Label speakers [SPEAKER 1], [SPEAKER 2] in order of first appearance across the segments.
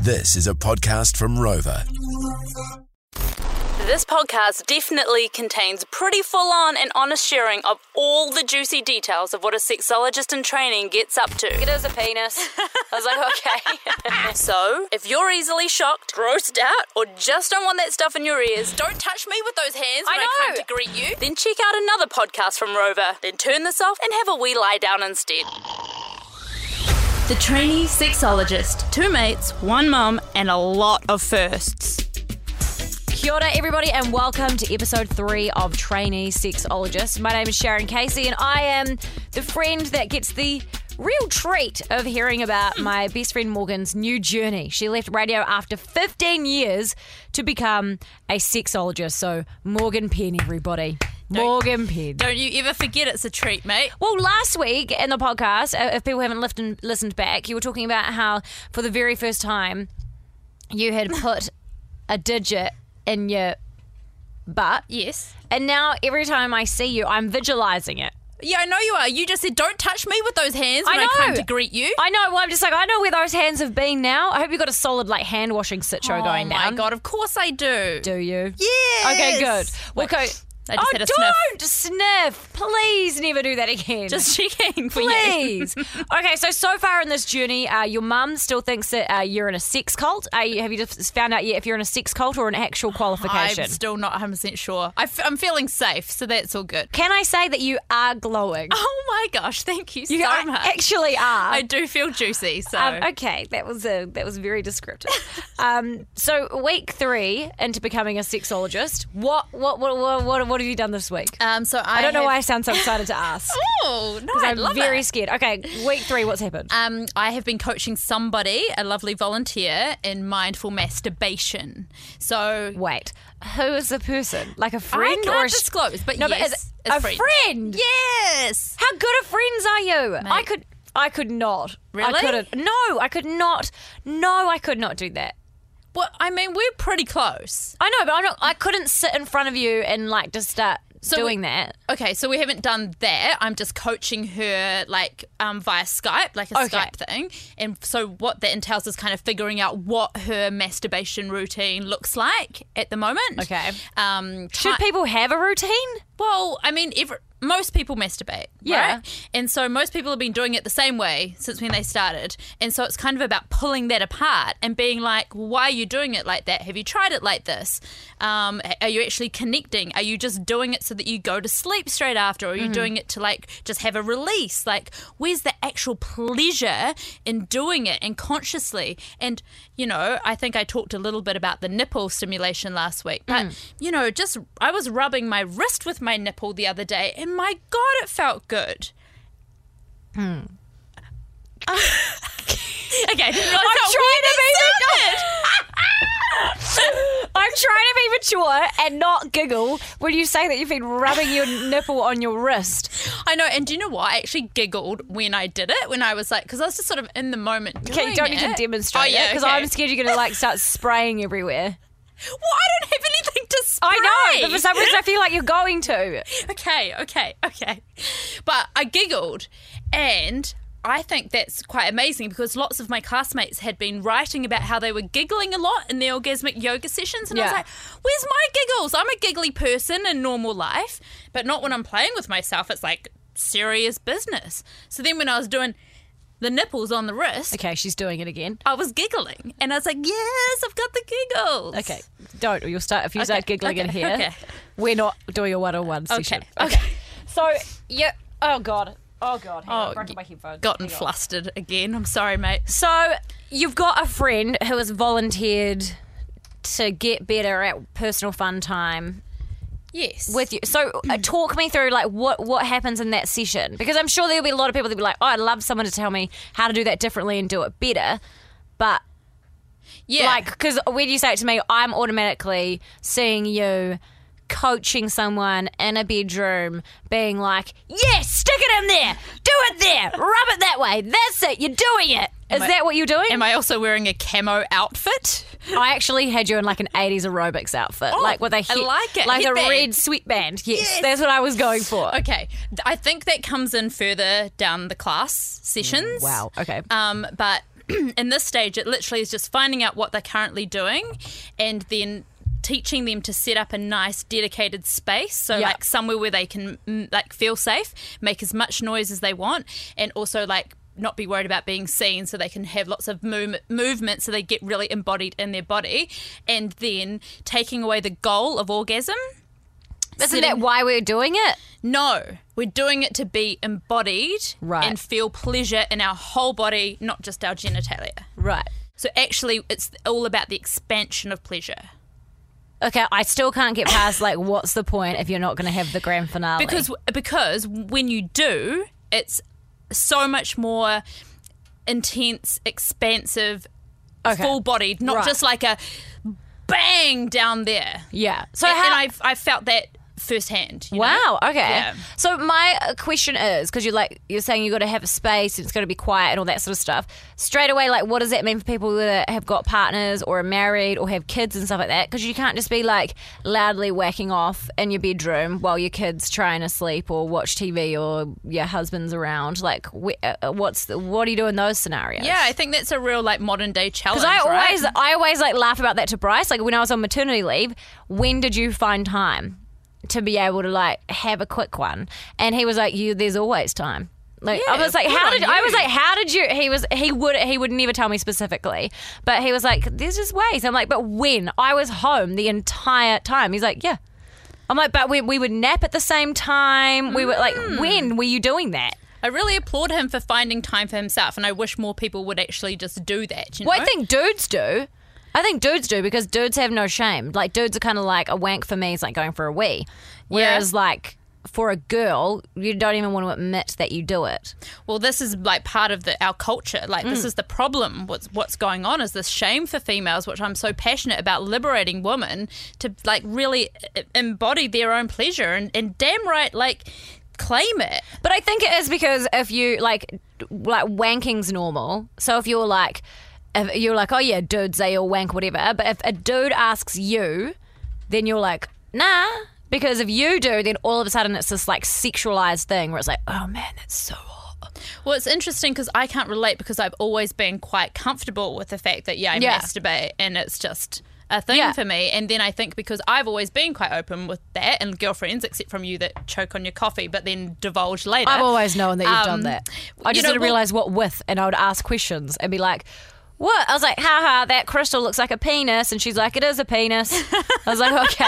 [SPEAKER 1] This is a podcast from Rover.
[SPEAKER 2] This podcast definitely contains pretty full on and honest sharing of all the juicy details of what a sexologist in training gets up to. It is a penis. I was like, okay. so, if you're easily shocked, grossed out, or just don't want that stuff in your ears, don't touch me with those hands when I,
[SPEAKER 3] know.
[SPEAKER 2] come to greet you. Then check out another podcast from Rover. Then turn this off and have a wee lie down instead. The Trainee Sexologist. Two mates, one mum, and a lot of firsts.
[SPEAKER 3] Kia ora, everybody, and welcome to episode three of Trainee Sexologist. My name is Sharon Casey, and I am the friend that gets the real treat of hearing about my best friend Morgan's new journey. She left radio after 15 years to become a sexologist. So, Morgan Penn, everybody. Morgan Penn.
[SPEAKER 2] Don't you ever forget it's a treat, mate.
[SPEAKER 3] Well, last week in the podcast, uh, if people haven't listened, listened back, you were talking about how for the very first time you had put a digit in your butt.
[SPEAKER 2] Yes.
[SPEAKER 3] And now every time I see you, I'm visualizing it.
[SPEAKER 2] Yeah, I know you are. You just said, don't touch me with those hands when I,
[SPEAKER 3] know. Oh
[SPEAKER 2] come to greet you.
[SPEAKER 3] I know. Well, I'm just like, I know where those hands have been now. I hope you got a solid, like, hand washing sitcho going
[SPEAKER 2] Oh my
[SPEAKER 3] down.
[SPEAKER 2] God, of course I do.
[SPEAKER 3] Do you?
[SPEAKER 2] Yes.
[SPEAKER 3] Okay, good. Well,
[SPEAKER 2] Wait,
[SPEAKER 3] go.
[SPEAKER 2] I just
[SPEAKER 3] oh,
[SPEAKER 2] had a sniff.
[SPEAKER 3] don't sniff. Please never do that again.
[SPEAKER 2] Just checking for you.
[SPEAKER 3] Please. okay, so so far in this journey, uh, your mum still thinks that uh, you're in a sex cult. Uh, you- have you just found out yet if you're in a sex cult or an actual qualification?
[SPEAKER 2] I'm still not 100% sure. I f- I'm feeling safe, so that's all good.
[SPEAKER 3] Can I say that you are glowing?
[SPEAKER 2] Oh my gosh, thank you so
[SPEAKER 3] you are-
[SPEAKER 2] much.
[SPEAKER 3] actually are.
[SPEAKER 2] I do feel juicy, so.
[SPEAKER 3] Um, okay, that was a that was very descriptive. um, so week three into becoming a sexologist, what what what what, what, what have you done this week?
[SPEAKER 2] Um, so I,
[SPEAKER 3] I don't know
[SPEAKER 2] have-
[SPEAKER 3] why I sound so excited to ask.
[SPEAKER 2] Oh, no, I
[SPEAKER 3] I'm
[SPEAKER 2] love
[SPEAKER 3] very
[SPEAKER 2] it.
[SPEAKER 3] scared. Okay, week three, what's happened?
[SPEAKER 2] Um, I have been coaching somebody, a lovely volunteer, in mindful masturbation. So
[SPEAKER 3] Wait, who is the person? Like
[SPEAKER 2] Oh
[SPEAKER 3] a friend
[SPEAKER 2] I can't
[SPEAKER 3] or a str-
[SPEAKER 2] disclose, but
[SPEAKER 3] no?
[SPEAKER 2] yes,
[SPEAKER 3] but is
[SPEAKER 2] it's
[SPEAKER 3] a
[SPEAKER 2] free.
[SPEAKER 3] friend.
[SPEAKER 2] Yes.
[SPEAKER 3] How good of friends are you? I could I could not. I
[SPEAKER 2] Really?
[SPEAKER 3] couldn't. No, I could not. No, I could not do that.
[SPEAKER 2] Well, I mean, we're pretty close.
[SPEAKER 3] I know, but I'm not, I couldn't sit in front of you and like just start doing that.
[SPEAKER 2] Okay, so we haven't done that. I'm just coaching her like um, via Skype, like a
[SPEAKER 3] Okay.
[SPEAKER 2] Skype thing. And so what that entails is kind of figuring out what her masturbation routine looks like at the moment.
[SPEAKER 3] Okay.
[SPEAKER 2] Um,
[SPEAKER 3] Should
[SPEAKER 2] ti-
[SPEAKER 3] people have a routine?
[SPEAKER 2] Well, I mean, every, most people masturbate,
[SPEAKER 3] Yeah.
[SPEAKER 2] right? And so most people have been doing it the same way since when they started. And so it's kind of about pulling that apart and being like, why are you doing it like that? Have you tried it like this? Um, are you actually connecting? Are you just doing it so that you go to sleep straight after? Or are you doing it to like just have a release? Like, where's the actual pleasure in doing it and consciously? And, you know, I think I talked a little bit about the nipple stimulation last week, but, you know, just I was rubbing my wrist with my nipple the other day and my God, it felt good. okay.
[SPEAKER 3] I'm
[SPEAKER 2] I'm
[SPEAKER 3] trying to be I'm trying to be mature and not giggle when you say that you've been rubbing your nipple on your wrist.
[SPEAKER 2] I know, and do you know what? I actually giggled when I did it, when I was like, because I was just sort of in the moment.
[SPEAKER 3] Okay,
[SPEAKER 2] doing
[SPEAKER 3] you don't need to
[SPEAKER 2] it.
[SPEAKER 3] demonstrate
[SPEAKER 2] Oh, yeah,
[SPEAKER 3] because
[SPEAKER 2] okay.
[SPEAKER 3] I'm scared you're going to like start spraying everywhere.
[SPEAKER 2] Well, I don't have anything to spray.
[SPEAKER 3] I know, but for some reason I feel like you're going to.
[SPEAKER 2] okay, okay, okay. But I giggled, and I think that's quite amazing because lots of my classmates had been writing about how they were giggling a lot in their orgasmic yoga sessions, and I was
[SPEAKER 3] Yeah.
[SPEAKER 2] like, "Where's my giggles? I'm a giggly person in normal life, but not when I'm playing with myself. It's like serious business." So then, when I was doing the nipples on the wrist,
[SPEAKER 3] Okay, she's doing it again.
[SPEAKER 2] I was giggling, and I was like, "Yes, I've got the giggles."
[SPEAKER 3] Okay, don't. You'll start if you start giggling in
[SPEAKER 2] okay,
[SPEAKER 3] here.
[SPEAKER 2] okay.
[SPEAKER 3] We're not doing a one-on-one
[SPEAKER 2] Okay.
[SPEAKER 3] session.
[SPEAKER 2] Okay.
[SPEAKER 3] So yeah. Oh god. Oh god. Hang on,
[SPEAKER 2] Oh,
[SPEAKER 3] I've broken
[SPEAKER 2] you
[SPEAKER 3] my headphones.
[SPEAKER 2] Gotten
[SPEAKER 3] Hang on.
[SPEAKER 2] flustered again. I'm sorry, mate.
[SPEAKER 3] So you've got a friend who has volunteered to get better at personal fun time
[SPEAKER 2] Yes.
[SPEAKER 3] with you. So uh, talk me through like what what happens in that session because I'm sure there'll be a lot of people that be like, "Oh, I'd love someone to tell me how to do that differently and do it better." But
[SPEAKER 2] yeah.
[SPEAKER 3] like because when you say it to me, I'm automatically seeing you coaching someone in a bedroom, being like, "Yes, stick it in there, do it there, rub it that way. That's it. You're doing it." Is
[SPEAKER 2] I-
[SPEAKER 3] that what you're doing?
[SPEAKER 2] Am I also wearing a camo outfit?
[SPEAKER 3] I actually had you in like an 80s aerobics outfit, like with
[SPEAKER 2] Oh,
[SPEAKER 3] a
[SPEAKER 2] I
[SPEAKER 3] he-
[SPEAKER 2] like it.
[SPEAKER 3] like a
[SPEAKER 2] Headband.
[SPEAKER 3] red sweatband. Yes, that's what I was going for.
[SPEAKER 2] Okay. Th- I think that comes in further down the class sessions.
[SPEAKER 3] Mm, Wow. Okay.
[SPEAKER 2] Um, but in this stage, it literally is just finding out what they're currently doing and then teaching them to set up a nice dedicated space so
[SPEAKER 3] Yeah.
[SPEAKER 2] like somewhere where they can mm, like feel safe make as much noise as they want and also like not be worried about being seen so they can have lots of move- movement so they get really embodied in their body and then taking away the goal of orgasm
[SPEAKER 3] Isn't
[SPEAKER 2] sitting-
[SPEAKER 3] that why we're doing it?
[SPEAKER 2] no, we're doing it to be embodied
[SPEAKER 3] Right.
[SPEAKER 2] and feel pleasure in our whole body, not just our genitalia.
[SPEAKER 3] Right.
[SPEAKER 2] So actually, it's all about the expansion of pleasure.
[SPEAKER 3] Okay, I still can't get past like what's the point if you're not going to have the grand finale?
[SPEAKER 2] Because because when you do, it's so much more intense, expansive,
[SPEAKER 3] Okay.
[SPEAKER 2] full-bodied, not
[SPEAKER 3] Right.
[SPEAKER 2] just like a bang down there.
[SPEAKER 3] yeah. So
[SPEAKER 2] and
[SPEAKER 3] how
[SPEAKER 2] I I felt that firsthand. you know?
[SPEAKER 3] Wow. Okay.
[SPEAKER 2] Yeah.
[SPEAKER 3] So my uh, question is because you're like you're saying you got to have a space and it's got to be quiet and all that sort of stuff. Straight away, like what does that mean for people that have got partners or are married or have kids and stuff like that? Because you can't just be like loudly whacking off in your bedroom while your kids trying to sleep or watch TV or your husband's around. Like wh- uh, what's the, what do you do in those scenarios?
[SPEAKER 2] Yeah, I think that's a real like modern day challenge.
[SPEAKER 3] Because I
[SPEAKER 2] right?
[SPEAKER 3] always, I always like laugh about that to Bryce. Like when I was on maternity leave, when did you find time to be able to like have a quick one? And he was like, "You, there's always time." Like I
[SPEAKER 2] Yeah,
[SPEAKER 3] was like,
[SPEAKER 2] good
[SPEAKER 3] "How
[SPEAKER 2] on
[SPEAKER 3] did?" I was
[SPEAKER 2] you.
[SPEAKER 3] like, "How did you?" He was, he would, he would never tell me specifically, but he was like, "There's just ways." I'm like, "But when?" I was home the entire time. He's like, "Yeah." I'm like, "But we we would nap at the same time. We were like,
[SPEAKER 2] Hmm.
[SPEAKER 3] when were you doing that?"
[SPEAKER 2] I really applaud him for finding time for himself, and I wish more people would actually just do that. You know?
[SPEAKER 3] Well, I think dudes do. I think dudes do because dudes have no shame. Like dudes are kind of like a wank for me is like going for a wee, whereas like for a girl you don't even want to admit that you do it.
[SPEAKER 2] Well, this is like part of the, our culture. Like
[SPEAKER 3] Mm.
[SPEAKER 2] this is the problem. What's what's going on is this shame for females, which I'm so passionate about liberating women to like really e- embody their own pleasure and, and damn right like claim it.
[SPEAKER 3] But I think it is because if you like d- like wanking's normal. So if you're like if you're like oh yeah dudes they all wank whatever, but if a dude asks you, then you're like nah. Because if you do, then all of a sudden it's this like sexualized thing where it's like, oh man, that's so
[SPEAKER 2] Well, it's interesting because I can't relate because I've always been quite comfortable with the fact that yeah, I
[SPEAKER 3] Yeah.
[SPEAKER 2] masturbate and it's just a thing
[SPEAKER 3] Yeah.
[SPEAKER 2] for me. And then I think because I've always been quite open with that and girlfriends, except from you that choke on your coffee but then divulge later.
[SPEAKER 3] I've always known that you've
[SPEAKER 2] Um,
[SPEAKER 3] done that. I
[SPEAKER 2] you
[SPEAKER 3] just
[SPEAKER 2] know,
[SPEAKER 3] didn't
[SPEAKER 2] well-
[SPEAKER 3] realize what with, and I would ask questions and be like, "What?" I was like, "Ha ha, that crystal looks like a penis," and she's like, "It is a penis." I was like,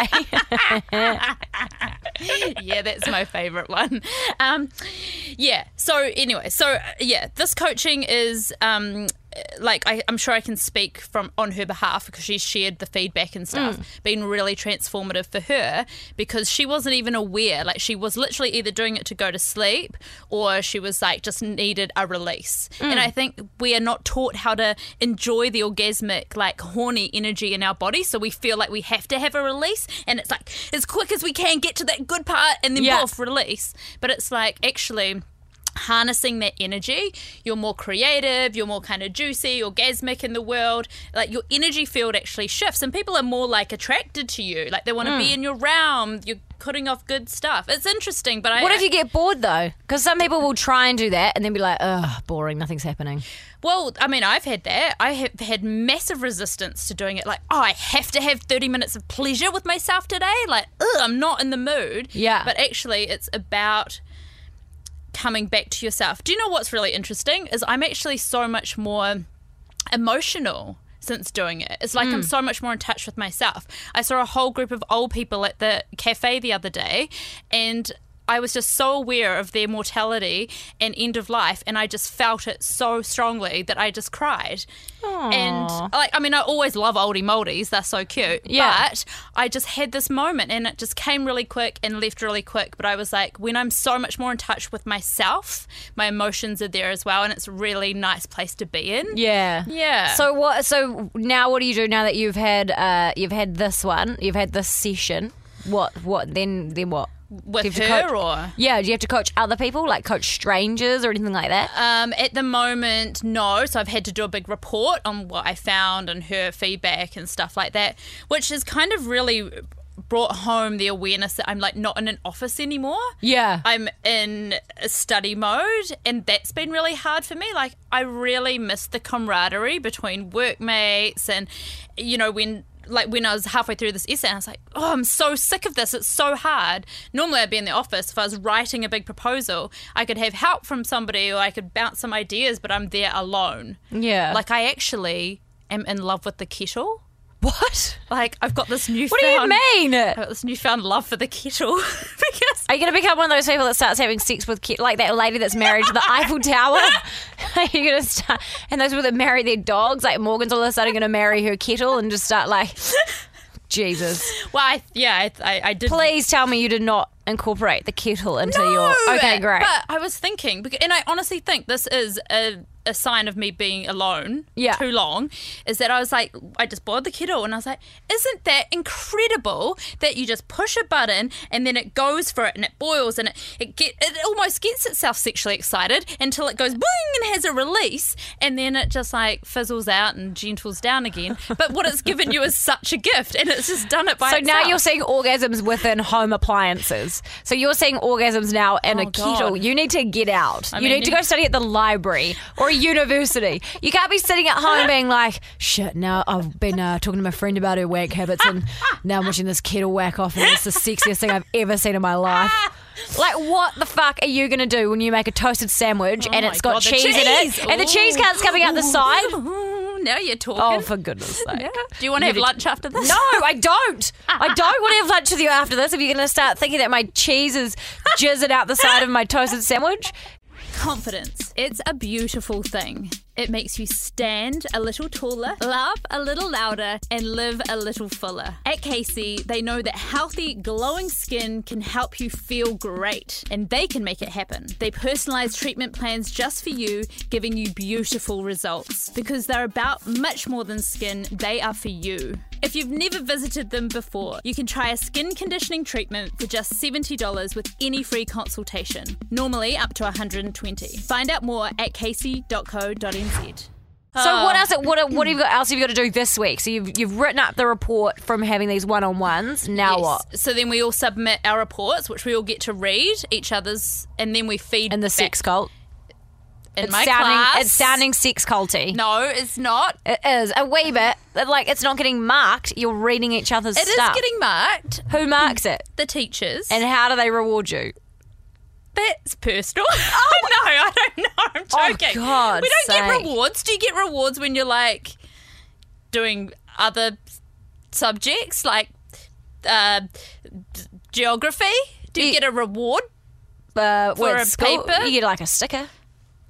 [SPEAKER 3] "Okay."
[SPEAKER 2] yeah, that's my favorite one. Um, yeah. So anyway, so uh, yeah, this coaching is um, uh, like I, I'm sure I can speak from on her behalf because she shared the feedback and stuff, been really transformative for her because she wasn't even aware. Like she was literally either doing it to go to sleep or she was like just needed a release. And I think we are not taught how to enjoy the orgasmic like horny energy in our body, so we feel like we have to have a release, and it's like as quick as we can get to that good part, and then
[SPEAKER 3] Yeah.
[SPEAKER 2] off release. But it's like actually harnessing that energy, you're more creative, you're more kind of juicy, orgasmic in the world. Like your energy field actually shifts and people are more like attracted to you. Like they want to
[SPEAKER 3] Mm.
[SPEAKER 2] be in your realm. You're cutting off good stuff. It's interesting, but I
[SPEAKER 3] what if you get bored though? Because some people will try and do that and then be like, "Ugh, boring. Nothing's happening."
[SPEAKER 2] Well, I mean, I've had that. I have had massive resistance to doing it. Like, oh, I have to have 30 minutes of pleasure with myself today. Like, ugh, I'm not in the mood.
[SPEAKER 3] Yeah.
[SPEAKER 2] But actually, it's about coming back to yourself. Do you know what's really interesting? Is I'm actually so much more emotional since doing it. It's like I'm so much more in touch with myself. I saw a whole group of old people at the cafe the other day and I was just so aware of their mortality and end of life and I just felt it so strongly that I just cried. And like I mean I always love oldie moldies, they're so cute.
[SPEAKER 3] Yeah.
[SPEAKER 2] But I just had this moment and it just came really quick and left really quick. But I was like, when I'm so much more in touch with myself, my emotions are there as well and it's a really nice place to be in.
[SPEAKER 3] Yeah.
[SPEAKER 2] Yeah.
[SPEAKER 3] So what? So now, what do you do now that you've had uh, you've had this one? You've had this session. What? What? Then? Then what?
[SPEAKER 2] with
[SPEAKER 3] Do you have to
[SPEAKER 2] her
[SPEAKER 3] coach-
[SPEAKER 2] or
[SPEAKER 3] Yeah. Do you have to coach other people, like coach strangers or anything like that?
[SPEAKER 2] um, at the moment no so i've had to do a big report on what i found and her feedback and stuff like that which is kind of really brought home the awareness that I'm like not in an office anymore.
[SPEAKER 3] Yeah.
[SPEAKER 2] I'm in a study mode, and that's been really hard for me. Like, I really miss the camaraderie between workmates, and you know, when like when I was halfway through this essay, I was like, oh, I'm so sick of this. It's so hard. Normally, I'd be in the office if I was writing a big proposal. I could have help from somebody, or I could bounce some ideas, but I'm there alone.
[SPEAKER 3] Yeah.
[SPEAKER 2] Like, I actually am in love with the kettle.
[SPEAKER 3] what?
[SPEAKER 2] Like, I've got this new.
[SPEAKER 3] What do you mean?
[SPEAKER 2] I got this newfound love for the kettle because
[SPEAKER 3] Are you going to become one of those people that starts having sex with kids, like that lady that's married to the Eiffel Tower? Are you going to start, and those people that marry their dogs, like Morgan's all of a sudden going to marry her kettle and just start like, Jesus.
[SPEAKER 2] well, I, yeah, I, I, I did.
[SPEAKER 3] Please tell me you did not incorporate the kettle into
[SPEAKER 2] No,
[SPEAKER 3] your. Okay, great.
[SPEAKER 2] But I was thinking, bec- and I honestly think this is a, a sign of me being alone
[SPEAKER 3] Yeah.
[SPEAKER 2] too long, is that I was like, I just boiled the kettle and I was like, isn't that incredible that you just push a button and then it goes for it and it boils and it, it, get, it almost gets itself sexually excited until it goes boing and has a release and then it just like fizzles out and gentles down again. but what it's given you is such a gift and it's just done it by
[SPEAKER 3] so
[SPEAKER 2] itself.
[SPEAKER 3] now you're seeing orgasms within home appliances. So you're seeing orgasms now in a
[SPEAKER 2] Oh,
[SPEAKER 3] kettle.
[SPEAKER 2] God.
[SPEAKER 3] You need to get out. you
[SPEAKER 2] mean,
[SPEAKER 3] need to
[SPEAKER 2] you-
[SPEAKER 3] go study at the library or a university. you can't be sitting at home being like, shit, now I've been uh, talking to my friend about her wank habits and now I'm watching this kettle whack off and it's the sexiest thing I've ever seen in my life. Like, what the fuck are you going to do when you make a toasted sandwich and
[SPEAKER 2] Oh
[SPEAKER 3] it's
[SPEAKER 2] my
[SPEAKER 3] got
[SPEAKER 2] God, the
[SPEAKER 3] cheese, in it and the
[SPEAKER 2] Ooh.
[SPEAKER 3] cheese counts coming out the
[SPEAKER 2] Ooh.
[SPEAKER 3] side?
[SPEAKER 2] Ooh, now you're talking.
[SPEAKER 3] Oh, for goodness sake.
[SPEAKER 2] Do you want to have lunch after this?
[SPEAKER 3] No, I don't. I don't want to have lunch with you after this if you're going to start thinking that my cheese is jizzing out the side of my toasted sandwich.
[SPEAKER 2] Confidence. It's a beautiful thing. It makes you stand a little taller, laugh a little louder, and live a little fuller. At Casey, they know that healthy, glowing skin can help you feel great, and they can make it happen. They personalize treatment plans just for you, giving you beautiful results. Because they're about much more than skin, they are for you. If you've never visited them before, you can try a skin conditioning treatment for just $70 with any free consultation, normally up to 120. Find out more at casey.co.nz.
[SPEAKER 3] So
[SPEAKER 2] Oh.
[SPEAKER 3] what else? What what have you got else have you got to do this week? So you've you've written up the report from having these one on ones. Now what?
[SPEAKER 2] So then we all submit our reports, which we all get to read each other's, and then we feed
[SPEAKER 3] And the
[SPEAKER 2] back
[SPEAKER 3] sex cult.
[SPEAKER 2] in
[SPEAKER 3] It's
[SPEAKER 2] my
[SPEAKER 3] sounding
[SPEAKER 2] class.
[SPEAKER 3] it's sounding sex culty.
[SPEAKER 2] No, it's not.
[SPEAKER 3] It is a wee bit like it's not getting marked. You're reading each other's
[SPEAKER 2] It is
[SPEAKER 3] stuff.
[SPEAKER 2] getting marked.
[SPEAKER 3] Who marks it?
[SPEAKER 2] The teachers.
[SPEAKER 3] And how do they reward you?
[SPEAKER 2] That's personal. Oh no, I don't know. I'm
[SPEAKER 3] Oh,
[SPEAKER 2] joking.
[SPEAKER 3] God's
[SPEAKER 2] we don't
[SPEAKER 3] sake.
[SPEAKER 2] get rewards. Do you get rewards when you're like doing other subjects like uh, d- geography? Do you
[SPEAKER 3] Ye-
[SPEAKER 2] get a reward?
[SPEAKER 3] Uh,
[SPEAKER 2] For
[SPEAKER 3] what,
[SPEAKER 2] a
[SPEAKER 3] school-
[SPEAKER 2] paper?
[SPEAKER 3] you get like a sticker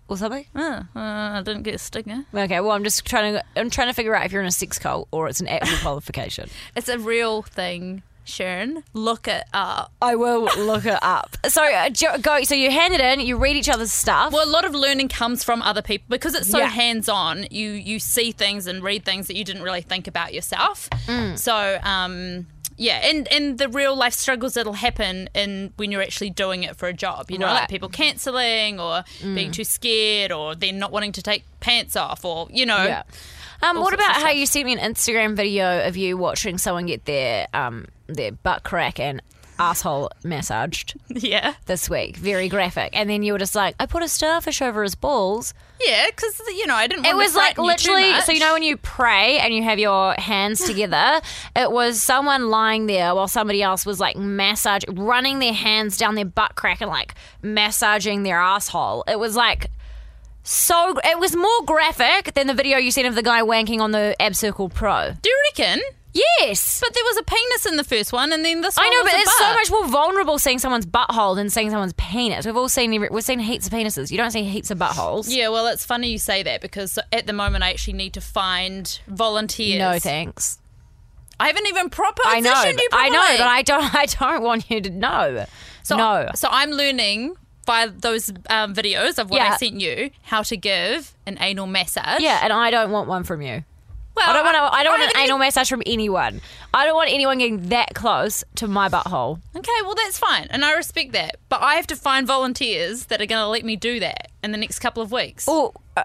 [SPEAKER 3] or something.
[SPEAKER 2] Oh, uh, I didn't get a stinger.
[SPEAKER 3] Okay, well, I'm just trying to I'm trying to figure out if you're in a six cult or it's an actual qualification.
[SPEAKER 2] It's a real thing, Sharon. Look it up.
[SPEAKER 3] I will look it up. So uh, jo- go. So you hand it in, you read each other's stuff.
[SPEAKER 2] Well, a lot of learning comes from other people because it's so
[SPEAKER 3] Yeah.
[SPEAKER 2] hands-on. You you see things and read things that you didn't really think about yourself.
[SPEAKER 3] Mm.
[SPEAKER 2] So, um, yeah, and and the real life struggles that'll happen in when you're actually doing it for a job. You know,
[SPEAKER 3] Right. Mm.
[SPEAKER 2] like people cancelling or being too scared or then not wanting to take pants off or you know.
[SPEAKER 3] yeah. Um,
[SPEAKER 2] all
[SPEAKER 3] what
[SPEAKER 2] sorts of
[SPEAKER 3] about how
[SPEAKER 2] stuff.
[SPEAKER 3] you sent me an Instagram video of you watching someone get their um their butt crack and asshole massaged
[SPEAKER 2] Yeah,
[SPEAKER 3] this week? Very graphic. And then you were just like, I put a starfish over his balls.
[SPEAKER 2] yeah, because you know I didn't. want
[SPEAKER 3] It
[SPEAKER 2] to
[SPEAKER 3] was like
[SPEAKER 2] frighten you too
[SPEAKER 3] literally.
[SPEAKER 2] much.
[SPEAKER 3] So you know when you pray and you have your hands together, it was someone lying there while somebody else was like massage, running their hands down their butt crack and like massaging their asshole. It was like so. It was more graphic than the video you seen of the guy wanking on the Ab Circle Pro.
[SPEAKER 2] do you reckon?
[SPEAKER 3] Yes.
[SPEAKER 2] But there was a penis in the first one, and then this.
[SPEAKER 3] I
[SPEAKER 2] one
[SPEAKER 3] know,
[SPEAKER 2] was
[SPEAKER 3] but
[SPEAKER 2] a
[SPEAKER 3] it's so
[SPEAKER 2] butt.
[SPEAKER 3] much more vulnerable seeing someone's butthole than seeing someone's penis. We've all seen every- we've seen heaps of penises. You don't see heaps of buttholes.
[SPEAKER 2] Yeah, well, it's funny you say that because at the moment I actually need to find volunteers.
[SPEAKER 3] No thanks.
[SPEAKER 2] I haven't even proper.
[SPEAKER 3] I know.
[SPEAKER 2] positioned you
[SPEAKER 3] but- I know,
[SPEAKER 2] properly.
[SPEAKER 3] but I don't. I don't want you to know.
[SPEAKER 2] so,
[SPEAKER 3] no.
[SPEAKER 2] So I'm learning by those um, videos of what
[SPEAKER 3] Yeah.
[SPEAKER 2] I sent you how to give an anal massage.
[SPEAKER 3] Yeah, and I don't want one from you.
[SPEAKER 2] Well,
[SPEAKER 3] I don't want. Uh, I, I don't want an
[SPEAKER 2] haven't
[SPEAKER 3] anal massage from anyone. I don't want anyone getting that close to my butthole.
[SPEAKER 2] even- Okay, well that's fine, and I respect that. But I have to find volunteers that are going to let me do that in the next couple of weeks.
[SPEAKER 3] Or uh,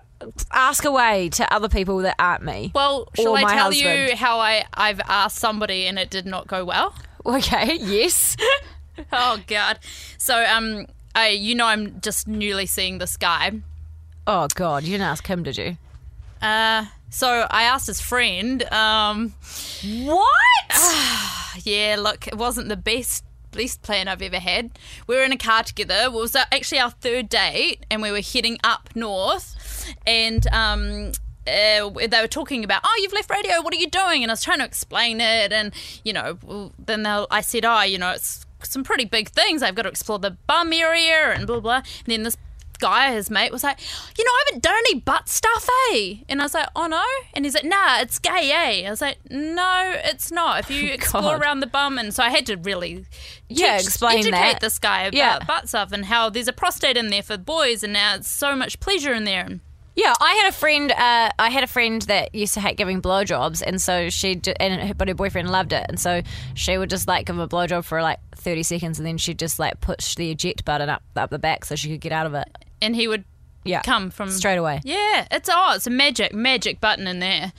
[SPEAKER 3] ask away to other people that aren't me.
[SPEAKER 2] Well, shall
[SPEAKER 3] or
[SPEAKER 2] I
[SPEAKER 3] my
[SPEAKER 2] tell
[SPEAKER 3] husband.
[SPEAKER 2] you how I I've asked somebody and it did not go well?
[SPEAKER 3] Okay, yes.
[SPEAKER 2] Oh god. So um, I you know I'm just newly seeing this guy.
[SPEAKER 3] Oh, God, you didn't ask him, did you?
[SPEAKER 2] Uh, so I asked his friend. Um,
[SPEAKER 3] What?
[SPEAKER 2] yeah, look, it wasn't the best least plan I've ever had. We were in a car together. It was uh, actually our third date, and we were heading up north, and um. Uh, they were talking about, oh, you've left radio. What are you doing? And I was trying to explain it, and you know, well, then they'll, I said, oh, you know, it's some pretty big things. I've got to explore the bum area and blah blah. And then this guy, his mate, was like, you know, I haven't done any butt stuff, eh? And I was like, oh no. And he's like, nah, it's gay, eh? I was like, no, it's not. If you explore
[SPEAKER 3] God.
[SPEAKER 2] around the bum, and so I had to really
[SPEAKER 3] Yeah,
[SPEAKER 2] teach-
[SPEAKER 3] explain
[SPEAKER 2] educate
[SPEAKER 3] that.
[SPEAKER 2] this guy about
[SPEAKER 3] Yeah.
[SPEAKER 2] butt stuff and how there's a prostate in there for boys, and now it's so much pleasure in there. And
[SPEAKER 3] Yeah, I had a friend. Uh, I had a friend that used to hate giving blowjobs, and so she d- and her, but her boyfriend loved it, and so she would just like give him a blowjob for like thirty seconds, and then she'd just like push the eject button up up the back so she could get out of it.
[SPEAKER 2] and he would
[SPEAKER 3] Yeah,
[SPEAKER 2] come from
[SPEAKER 3] straight away.
[SPEAKER 2] Yeah, it's oh, it's a magic, magic button in there.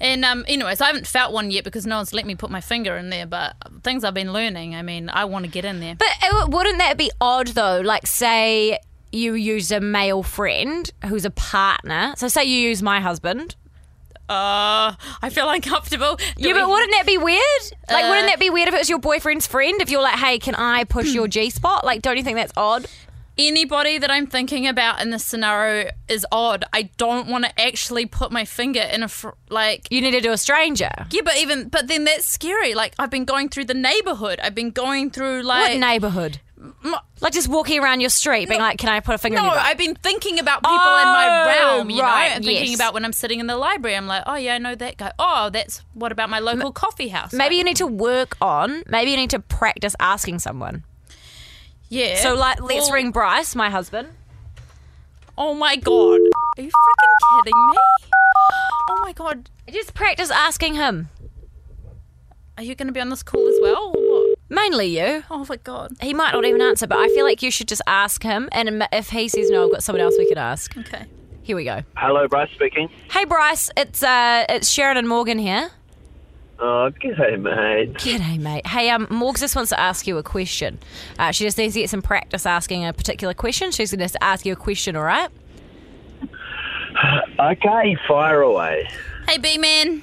[SPEAKER 2] And um, anyways, I haven't felt one yet because no one's let me put my finger in there. But things I've been learning, I mean, I want to get in there.
[SPEAKER 3] But it, wouldn't that be odd though? Like, say you use a male friend who's a partner. So say you use my husband.
[SPEAKER 2] Uh, I feel uncomfortable. Do
[SPEAKER 3] Yeah, but
[SPEAKER 2] we-
[SPEAKER 3] wouldn't that be weird? Like,
[SPEAKER 2] Uh,
[SPEAKER 3] wouldn't that be weird if it was your boyfriend's friend? If you're like, hey, can I push your G spot? Like, don't you think that's odd?
[SPEAKER 2] anybody that I'm thinking about in this scenario is odd. I don't want to actually put my finger in a fr- like.
[SPEAKER 3] You need to do a stranger.
[SPEAKER 2] Yeah, but even but then that's scary. Like I've been going through the neighborhood. I've been going through like
[SPEAKER 3] What neighborhood? Like just walking around your street, being like, "Can I put a finger
[SPEAKER 2] No,
[SPEAKER 3] in your butt?
[SPEAKER 2] I've been thinking about people in my
[SPEAKER 3] Oh,
[SPEAKER 2] realm, you
[SPEAKER 3] right,
[SPEAKER 2] know. I'm thinking
[SPEAKER 3] yes.
[SPEAKER 2] about when I'm sitting in the library, I'm like, oh yeah, I know that guy. Oh, that's what about my local coffee house?
[SPEAKER 3] Maybe you need to work on. Maybe you need to practice asking someone.
[SPEAKER 2] yeah.
[SPEAKER 3] So, like, let's
[SPEAKER 2] Well,
[SPEAKER 3] ring Bryce, my husband.
[SPEAKER 2] Oh my god, are you freaking kidding me? Oh my god,
[SPEAKER 3] Just practice asking him.
[SPEAKER 2] are you going to be on this call as well? Or what?
[SPEAKER 3] Mainly you.
[SPEAKER 2] Oh my god.
[SPEAKER 3] He might not even answer, but I feel like you should just ask him. And if he says no, I've got someone else we can ask.
[SPEAKER 2] Okay.
[SPEAKER 3] Here we go.
[SPEAKER 4] Hello, Bryce speaking.
[SPEAKER 3] Hey, Bryce, it's uh, it's Sharon and Morgan here.
[SPEAKER 4] Oh, g'day, mate.
[SPEAKER 3] G'day, mate. Hey, um, Morgs just wants to ask you a question. Uh, she just needs to get some practice asking a particular question. She's going to ask you a question, all right?
[SPEAKER 4] Okay, fire away.
[SPEAKER 2] Hey B man.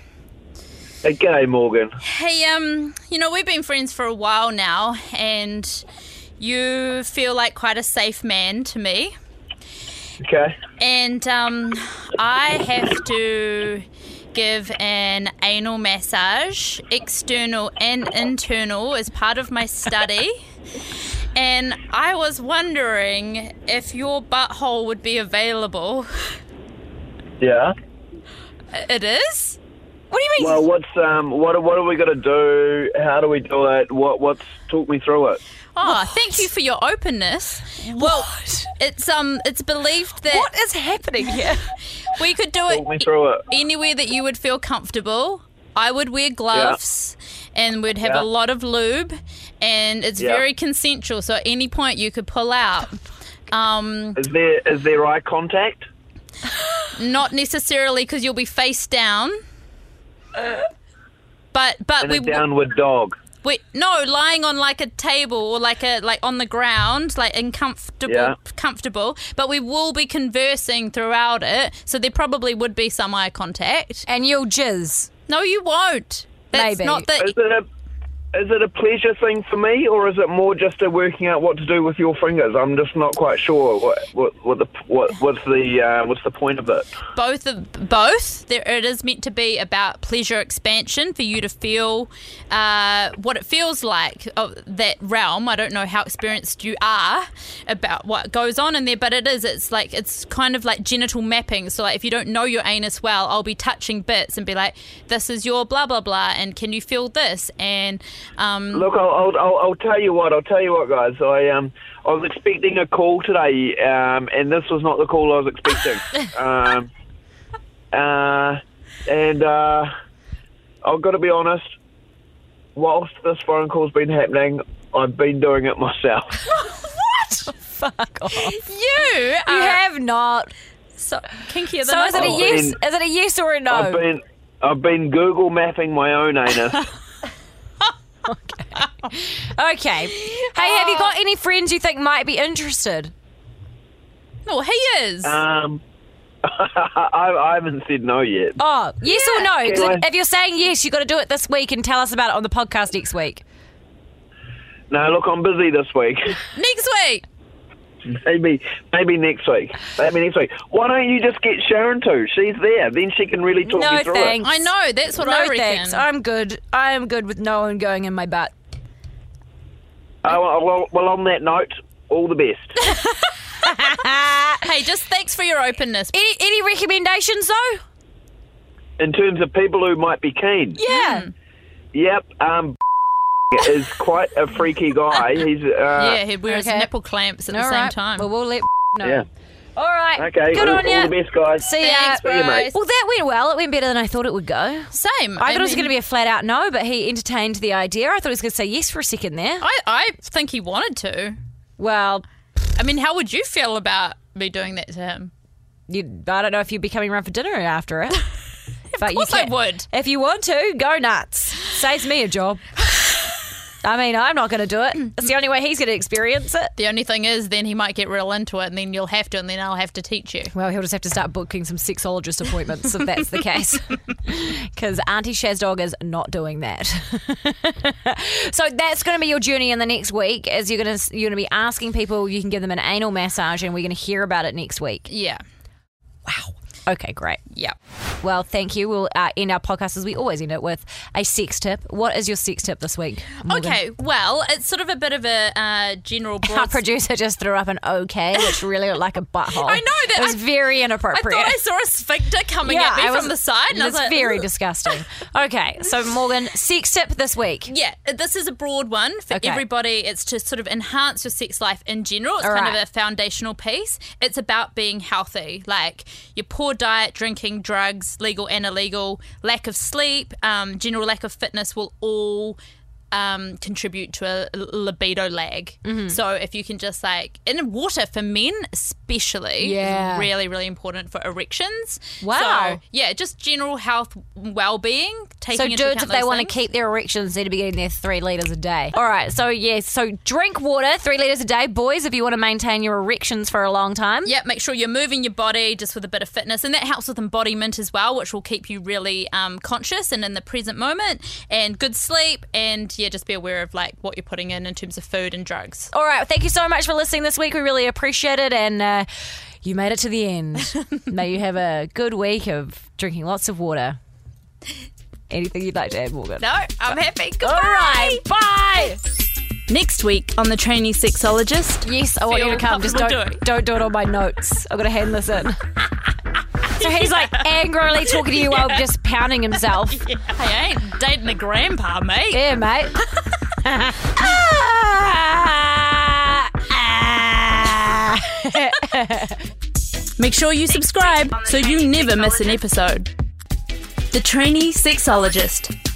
[SPEAKER 4] Hey, G'day, Morgan.
[SPEAKER 2] Hey, um, you know, we've been friends for a while now, and you feel like quite a safe man to me.
[SPEAKER 4] Okay.
[SPEAKER 2] And um, I have to give an anal massage, external and internal, as part of my study. And I was wondering if your butthole would be available.
[SPEAKER 4] Yeah.
[SPEAKER 2] It is?
[SPEAKER 3] What do you mean?
[SPEAKER 4] Well, what's um, what what are we gonna do? How do we do it? What what's talk me through it?
[SPEAKER 2] Oh, thank you for your openness. Well, it's um, it's believed that
[SPEAKER 3] What is happening here?
[SPEAKER 2] we could do
[SPEAKER 4] Talk me
[SPEAKER 2] it
[SPEAKER 4] through it.
[SPEAKER 2] anywhere that you would feel comfortable. I would wear gloves and we'd have
[SPEAKER 4] Yeah.
[SPEAKER 2] a lot of lube and it's
[SPEAKER 4] Yeah.
[SPEAKER 2] very consensual. So at any point you could pull out. Um,
[SPEAKER 4] Is there is there eye contact?
[SPEAKER 2] not necessarily because you'll be face down. But but
[SPEAKER 4] And
[SPEAKER 2] we,
[SPEAKER 4] a downward dog.
[SPEAKER 2] we no lying on like a table or like a like on the ground like uncomfortable
[SPEAKER 4] Yeah.
[SPEAKER 2] comfortable. But we will be conversing throughout it, so there probably would be some eye contact.
[SPEAKER 3] And you'll jizz.
[SPEAKER 2] No, you won't. That's
[SPEAKER 3] Maybe.
[SPEAKER 2] not
[SPEAKER 4] Is
[SPEAKER 2] the
[SPEAKER 4] it a is it a pleasure thing for me, or is it more just a working out what to do with your fingers? I'm just not quite sure what what, what the what what's the uh, what's the point of it.
[SPEAKER 2] both of both. There, it is meant to be about pleasure expansion for you to feel uh, what it feels like of that realm. I don't know how experienced you are about what goes on in there, but it is. It's like it's kind of like genital mapping. So like if you don't know your anus well, I'll be touching bits and be like, "This is your blah blah blah," and can you feel this? And um,
[SPEAKER 4] Look, I'll, I'll, I'll, I'll tell you what. I'll tell you what, guys. I um, I was expecting a call today, um, and this was not the call I was expecting. um, uh, and uh, I've got to be honest. Whilst this phone call's been happening, I've been doing it myself.
[SPEAKER 3] Fuck off. You
[SPEAKER 2] you are
[SPEAKER 3] have not.
[SPEAKER 2] so kinkier than
[SPEAKER 3] So
[SPEAKER 2] I
[SPEAKER 3] is it a
[SPEAKER 2] thought.
[SPEAKER 4] Oh,
[SPEAKER 3] yes? Is
[SPEAKER 4] and-
[SPEAKER 3] it a yes or a no?
[SPEAKER 4] I've been I've been Google mapping my own anus.
[SPEAKER 3] Okay. Hey, have you got any friends you think might be interested?
[SPEAKER 2] No, Oh, he is.
[SPEAKER 3] Uh,
[SPEAKER 4] Um, I, I haven't said no yet.
[SPEAKER 3] Oh, yes or no? 'Cause
[SPEAKER 4] Anyway.
[SPEAKER 3] if you're saying yes, you've got to do it this week and tell us about it on the podcast next week.
[SPEAKER 4] No, look, I'm busy this week.
[SPEAKER 2] Next week.
[SPEAKER 4] maybe, maybe next week. Maybe next week. Why don't you just get Sharon to? She's there. Then she can really talk
[SPEAKER 3] No
[SPEAKER 4] you through
[SPEAKER 3] thanks.
[SPEAKER 2] I know. That's what
[SPEAKER 3] No
[SPEAKER 2] I reckon.
[SPEAKER 3] thanks. I'm good. I am good with no one going in my butt.
[SPEAKER 4] it. Oh, well, well, well, on that note, all the best.
[SPEAKER 2] Hey, just thanks for your openness.
[SPEAKER 3] Any any recommendations though?
[SPEAKER 4] In terms of people who might be keen.
[SPEAKER 3] Yeah.
[SPEAKER 2] Mm,
[SPEAKER 4] Yep. Um, is quite a freaky guy. He's uh,
[SPEAKER 2] yeah, he wears
[SPEAKER 3] okay.
[SPEAKER 2] nipple clamps at the
[SPEAKER 3] All
[SPEAKER 2] same
[SPEAKER 3] right.
[SPEAKER 2] time.
[SPEAKER 3] Well, we'll let know.
[SPEAKER 4] yeah.
[SPEAKER 3] All right.
[SPEAKER 4] Okay.
[SPEAKER 3] Good
[SPEAKER 4] all,
[SPEAKER 3] on
[SPEAKER 4] all
[SPEAKER 3] you.
[SPEAKER 4] the best, guys.
[SPEAKER 3] See ya.
[SPEAKER 2] Thanks,
[SPEAKER 4] mate.
[SPEAKER 2] Bryce.
[SPEAKER 3] Well, that went well. It went better than I thought it would go.
[SPEAKER 2] Same.
[SPEAKER 3] I thought it was going to be a flat out no, but he entertained the idea. I thought he was going to say yes for a second there.
[SPEAKER 2] I, I think he wanted to.
[SPEAKER 3] Well,
[SPEAKER 2] I mean, how would you feel about me doing that to him?
[SPEAKER 3] you, I don't know if you'd be coming around for dinner after it. but
[SPEAKER 2] course I would.
[SPEAKER 3] If you want to, go nuts. Saves me a job. I mean, I'm not going to do it. It's the only way he's going to experience it.
[SPEAKER 2] The only thing is, then he might get real into it, and then you'll have to, and then I'll have to teach you.
[SPEAKER 3] Well, he'll just have to start booking some sexologist appointments if that's the case. Because Auntie Shazdog is not doing that. so that's going to be your journey in the next week. Is you're going to you're going to be asking people you can give them an anal massage, and we're going to hear about it next week.
[SPEAKER 2] Yeah.
[SPEAKER 3] Okay, great.
[SPEAKER 2] Yeah.
[SPEAKER 3] Well, thank you. We'll uh, end our podcast as we always end it with a sex tip. What is your sex tip this week?
[SPEAKER 2] Oh,
[SPEAKER 3] Morgan?
[SPEAKER 2] Okay. Well, it's sort of a bit of a uh, general broad.
[SPEAKER 3] Our producer just threw up an okay, which really looked like a butthole.
[SPEAKER 2] I know, that-
[SPEAKER 3] it was
[SPEAKER 2] I-
[SPEAKER 3] very
[SPEAKER 2] I
[SPEAKER 3] inappropriate.
[SPEAKER 2] thought I saw a sphincter coming at me from the side, and I was
[SPEAKER 3] That's
[SPEAKER 2] like,
[SPEAKER 3] very
[SPEAKER 2] "Ugh."
[SPEAKER 3] disgusting. Okay, so Morgan, sex tip this week.
[SPEAKER 2] Yeah, this is a broad one for
[SPEAKER 3] Okay.
[SPEAKER 2] everybody. It's to sort of enhance your sex life in general. It's
[SPEAKER 3] All
[SPEAKER 2] kind
[SPEAKER 3] right.
[SPEAKER 2] of a foundational piece. It's about being healthy, like your poor diet, drinking, drugs, legal and illegal, lack of sleep, um, general lack of fitness will all um, contribute to a l- libido lag.
[SPEAKER 3] Mm-hmm.
[SPEAKER 2] So if you can just like, and water for men especially,
[SPEAKER 3] Yeah.
[SPEAKER 2] is really really important for erections.
[SPEAKER 3] Wow.
[SPEAKER 2] So, yeah, just general health, well being. Taking
[SPEAKER 3] So
[SPEAKER 2] into
[SPEAKER 3] dudes,
[SPEAKER 2] account
[SPEAKER 3] if they
[SPEAKER 2] those
[SPEAKER 3] want to
[SPEAKER 2] things.
[SPEAKER 3] keep their erections, need to be getting their three liters a day. All right, so yeah, so drink water, three liters a day, boys. If you want to maintain your erections for a long time,
[SPEAKER 2] Yeah, make sure you're moving your body just with a bit of fitness, and that helps with embodiment as well, which will keep you really um, conscious and in the present moment. And good sleep, and yeah, just be aware of like what you're putting in in terms of food and drugs.
[SPEAKER 3] All right. Thank you so much for listening this week. We really appreciate it. And uh, you made it to the end. May you have a good week of drinking lots of water. Anything you'd like to add, Morgan?
[SPEAKER 2] No, I'm happy. Goodbye.
[SPEAKER 3] All right. Bye.
[SPEAKER 2] Next week on the Trainee Sexologist.
[SPEAKER 3] Yes, I want you
[SPEAKER 2] Feel
[SPEAKER 3] to come. Just don't,
[SPEAKER 2] comfortable doing.
[SPEAKER 3] don't do it on my notes. I've got to hand this in. So he's like angrily talking to you while just pounding himself.
[SPEAKER 2] I ain't dating a grandpa, mate.
[SPEAKER 3] Yeah, mate. Ah, ah.
[SPEAKER 2] Make sure you subscribe so you never miss an episode. The Trainee Sexologist.